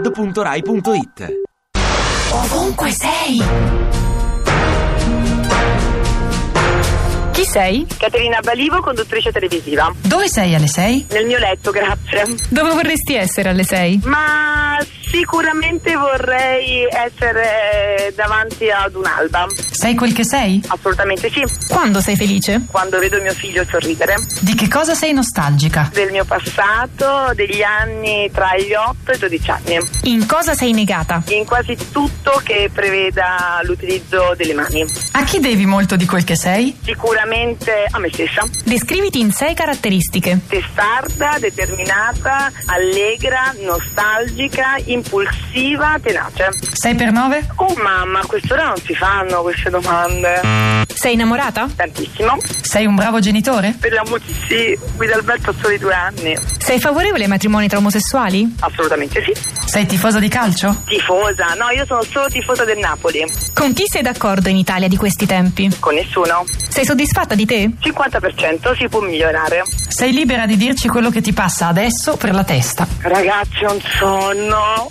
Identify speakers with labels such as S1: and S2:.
S1: radio2pod.rai.it
S2: Ovunque sei.
S3: Chi sei?
S4: Caterina Balivo, conduttrice televisiva.
S3: Dove sei alle 6?
S4: Nel mio letto, grazie.
S3: Dove vorresti essere alle 6?
S4: Ma sicuramente vorrei essere davanti ad un'alba.
S3: Sei quel che sei?
S4: Assolutamente sì.
S3: Quando sei felice?
S4: Quando vedo mio figlio sorridere.
S3: Di che cosa sei nostalgica?
S4: Del mio passato, degli anni tra gli 8 e i 12 anni.
S3: In cosa sei negata?
S4: In quasi tutto che preveda l'utilizzo delle mani.
S3: A chi devi molto di quel che sei?
S4: Sicuramente a me stessa.
S3: Descriviti in sei caratteristiche.
S4: Testarda, determinata, allegra, nostalgica, impulsiva, tenace.
S3: 6 per 9?
S4: Oh mamma, a quest'ora non si fanno queste domande.
S3: Sei innamorata?
S4: Tantissimo.
S3: Sei un bravo genitore?
S4: Per l'amore di sì, Guido Alberto ha solo i due anni.
S3: Sei favorevole ai matrimoni tra omosessuali?
S4: Assolutamente sì.
S3: Sei tifosa di calcio?
S4: Tifosa, no, io sono solo tifosa del Napoli.
S3: Con chi sei d'accordo in Italia di questi tempi?
S4: Con nessuno.
S3: Sei soddisfatta di te?
S4: 50% si può migliorare.
S3: Sei libera di dirci quello che ti passa adesso per la testa.
S4: Ragazzi, ho un sonno.